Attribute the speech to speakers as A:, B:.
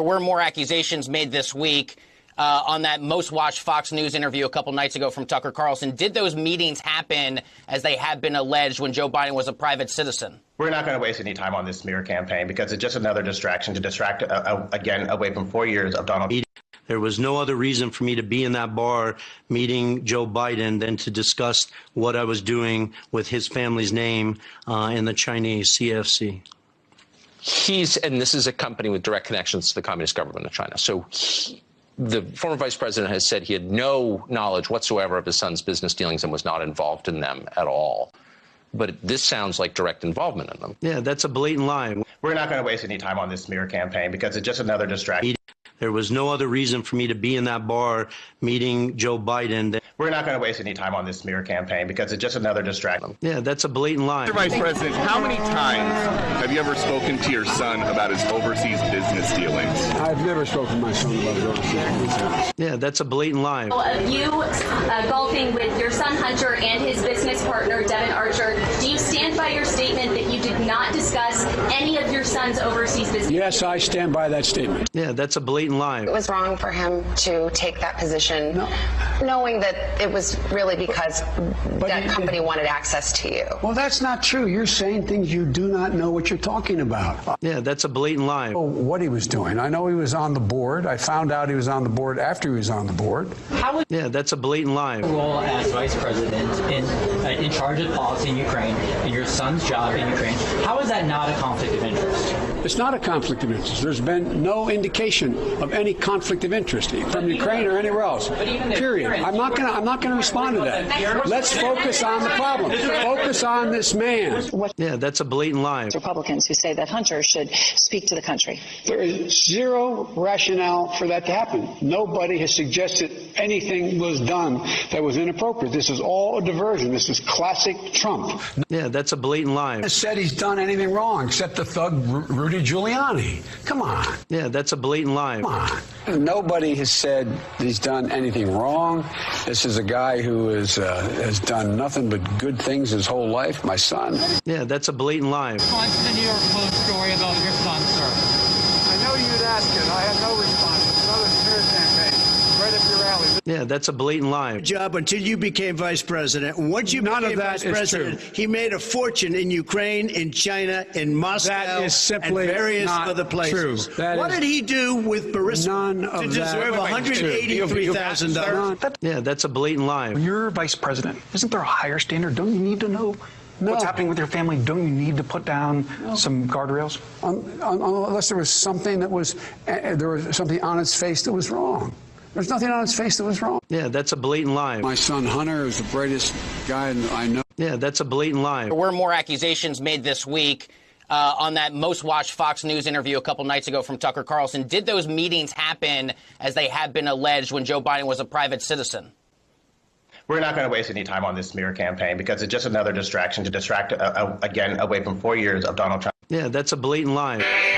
A: There were more accusations made this week uh, on that most watched Fox News interview a couple nights ago from Tucker Carlson. Did those meetings happen as they have been alleged when Joe Biden was a private citizen?
B: We're not going to waste any time on this smear campaign because it's just another distraction to distract, uh, uh, again, away from four years of Donald Trump.
C: There was no other reason for me to be in that bar meeting Joe Biden than to discuss what I was doing with his family's name uh, in the Chinese CFC.
D: He's, and this is a company with direct connections to the communist government of China. So he, the former vice president has said he had no knowledge whatsoever of his son's business dealings and was not involved in them at all. But this sounds like direct involvement in them.
C: Yeah, that's a blatant lie.
B: We're not going to waste any time on this smear campaign because it's just another distraction.
C: There was no other reason for me to be in that bar meeting Joe Biden. Than-
B: We're not going to waste any time on this smear campaign because it's just another distraction.
C: Yeah, that's a blatant lie.
E: Mr. Vice President, how many times have you ever spoken to your son about his overseas business dealings?
F: I've never spoken to my son about his overseas business dealings.
C: Yeah, that's a blatant lie.
G: Of you uh, golfing with your son Hunter and his business partner Devin Archer, do you stand by your statement that you did not discuss any of your son's overseas business?
F: Yes, I stand by that statement.
C: Yeah, that's a blatant lie.
H: It was wrong for him to take that position,
F: No.
H: knowing that it was really because that
F: you-
H: company wanted access to you.
F: Well, that's not true. You're saying things you do not know what you're talking about. I
C: Yeah, that's a blatant lie.
F: know what he was doing. I know he was on the board. I found out he was on the board after he was on the board.
C: Yeah, that's a blatant lie.
I: role as vice president in uh, in charge of policy in Ukraine and your son's job in Ukraine. How is that not a conflict of interest?
F: It's not a conflict of interest. There's been no indication of any conflict of interest from Ukraine or anywhere else. Period. I'm not gonna. I'm not gonna respond to that. Let's focus on the problem. Focus on this man.
C: Yeah, that's a blatant lie.
J: Republicans who say that Hunter should speak to the country.
F: There is zero rationale for that to happen. Nobody has suggested anything was done that was inappropriate. This is all a diversion. This is classic Trump.
C: Yeah, that's a blatant lie.
F: has said he's done anything wrong except the thug Ru- Rudy Giuliani. Come on.
C: Yeah, that's a blatant lie.
F: Come on. Nobody has said he's done anything wrong. This is a guy who is, uh, has done nothing but good things his whole life, my son.
C: Yeah, that's a blatant lie.
I: What's the New York Post story about your son, sir?
F: I know you'd ask it. I have no response. It's another smear campaign. Right up your alley.
C: Yeah, that's a blatant lie.
K: job until you became vice president. Once you
F: None of
K: became
F: that
K: vice
F: is
K: president,
F: true.
K: he made a fortune in Ukraine, in China, in Moscow,
F: is simply
K: and various
F: not
K: other places.
F: true. That
K: what
F: is-
K: did he do with Burisma
F: None
K: to
F: of that
K: deserve
F: is true.
K: $183,000?
C: Yeah, that's a blatant lie.
J: You're vice president. Isn't there a higher standard? Don't you need to know
F: No.
J: what's happening with your family? Don't you need to put down some guardrails?
F: un- un- Um, unless there was something that was uh, there was something on its face that was wrong. There's nothing on its face that was wrong.
C: Yeah, that's a blatant lie.
F: My son Hunter is the brightest guy I know.
C: Yeah, that's a blatant lie.
A: There were more accusations made this week uh, on that most watched Fox News interview a couple nights ago from Tucker Carlson. Did those meetings happen as they have been alleged when Joe Biden was a private citizen?
B: We're not going to waste any time on this smear campaign because it's just another distraction to distract, uh, uh, again, away from four years of Donald Trump.
C: Yeah, that's a blatant lie.